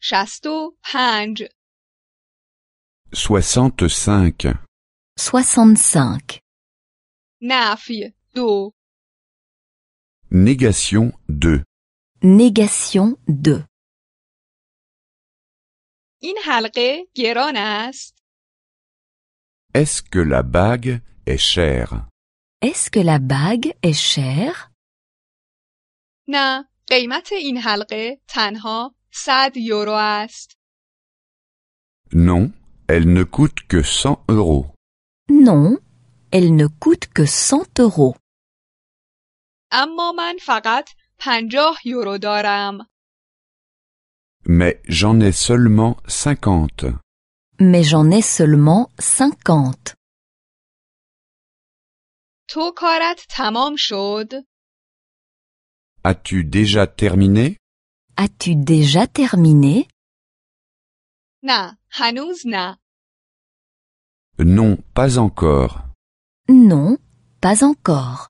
شصت و پنج 65. 65. نفی دو Négation 2. Négation 2. این حلقه گران است Est-ce que la bague est chère Est-ce que la bague est chère نه قیمت این حلقه تنها 100 یورو است Non, elle ne coûte que 100 euros. Non, elle ne coûte que 100 euros. اما من فقط 50 یورو دارم Mais j'en ai seulement 50. Mais j'en ai seulement 50. تو کارت تمام شد As-tu déjà terminé As-tu déjà terminé نه هنوز نه Non, pas encore. Non, pas encore.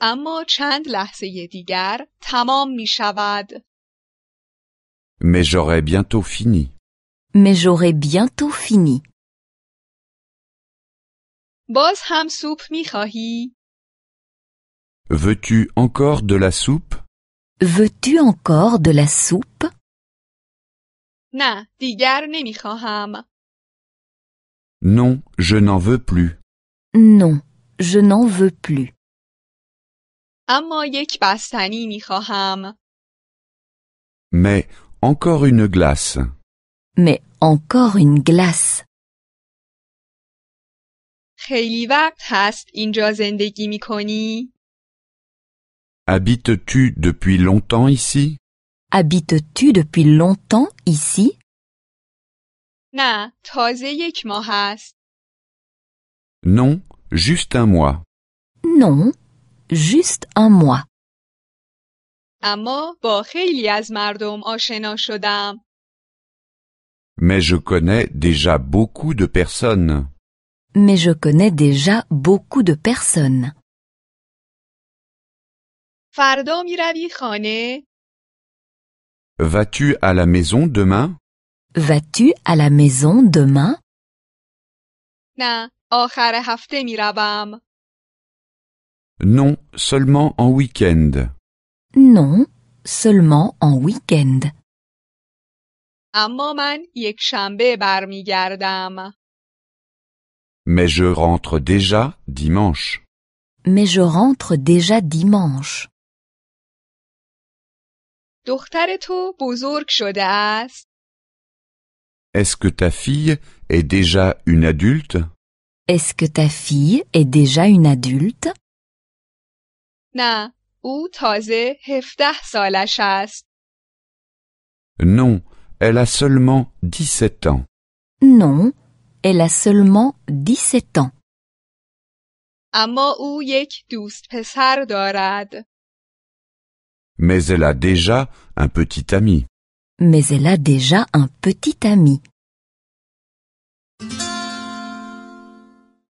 اما چند لحظه دیگر تمام می شود Mais j'aurai bientôt fini. Mais j'aurai bientôt fini. باز هم سوپ می خواهی؟ Veux-tu encore de la soupe Veux-tu encore de la soupe نه دیگر نمی خواهم Non, je n'en veux plus. Non, je n'en veux plus. اما یک بستنی می خواهم Mais encore une glace. Mais encore une glace. خیلی وقت هست اینجا زندگی می کنی؟ Habites-tu depuis longtemps ici Habites-tu depuis longtemps ici نه تازه یک ماه هست Non, juste un mois. Non, juste un mois. اما با خیلی از مردم آشنا شدم Mais je connais déjà beaucoup de personnes. Mais je connais déjà beaucoup de personnes. فردا می روی خانه؟ Vas-tu à la maison demain Vas-tu à la maison demain نه آخر هفته می روم Non, seulement en week-end. Non, seulement en week-end. اما من یک شنبه برمیگردم. Mais je rentre déjà dimanche. Mais je rentre déjà dimanche. دختر تو بزرگ شده است. Est-ce que ta fille est déjà une adulte Est-ce que ta fille est déjà une adulte نه، او تازه 17 سالش است. Non, elle a seulement 17 ans. Non, elle a seulement 17 ans. اما او یک دوست پسر دارد. Mais elle a déjà un petit ami. Mais elle a déjà un petit ami.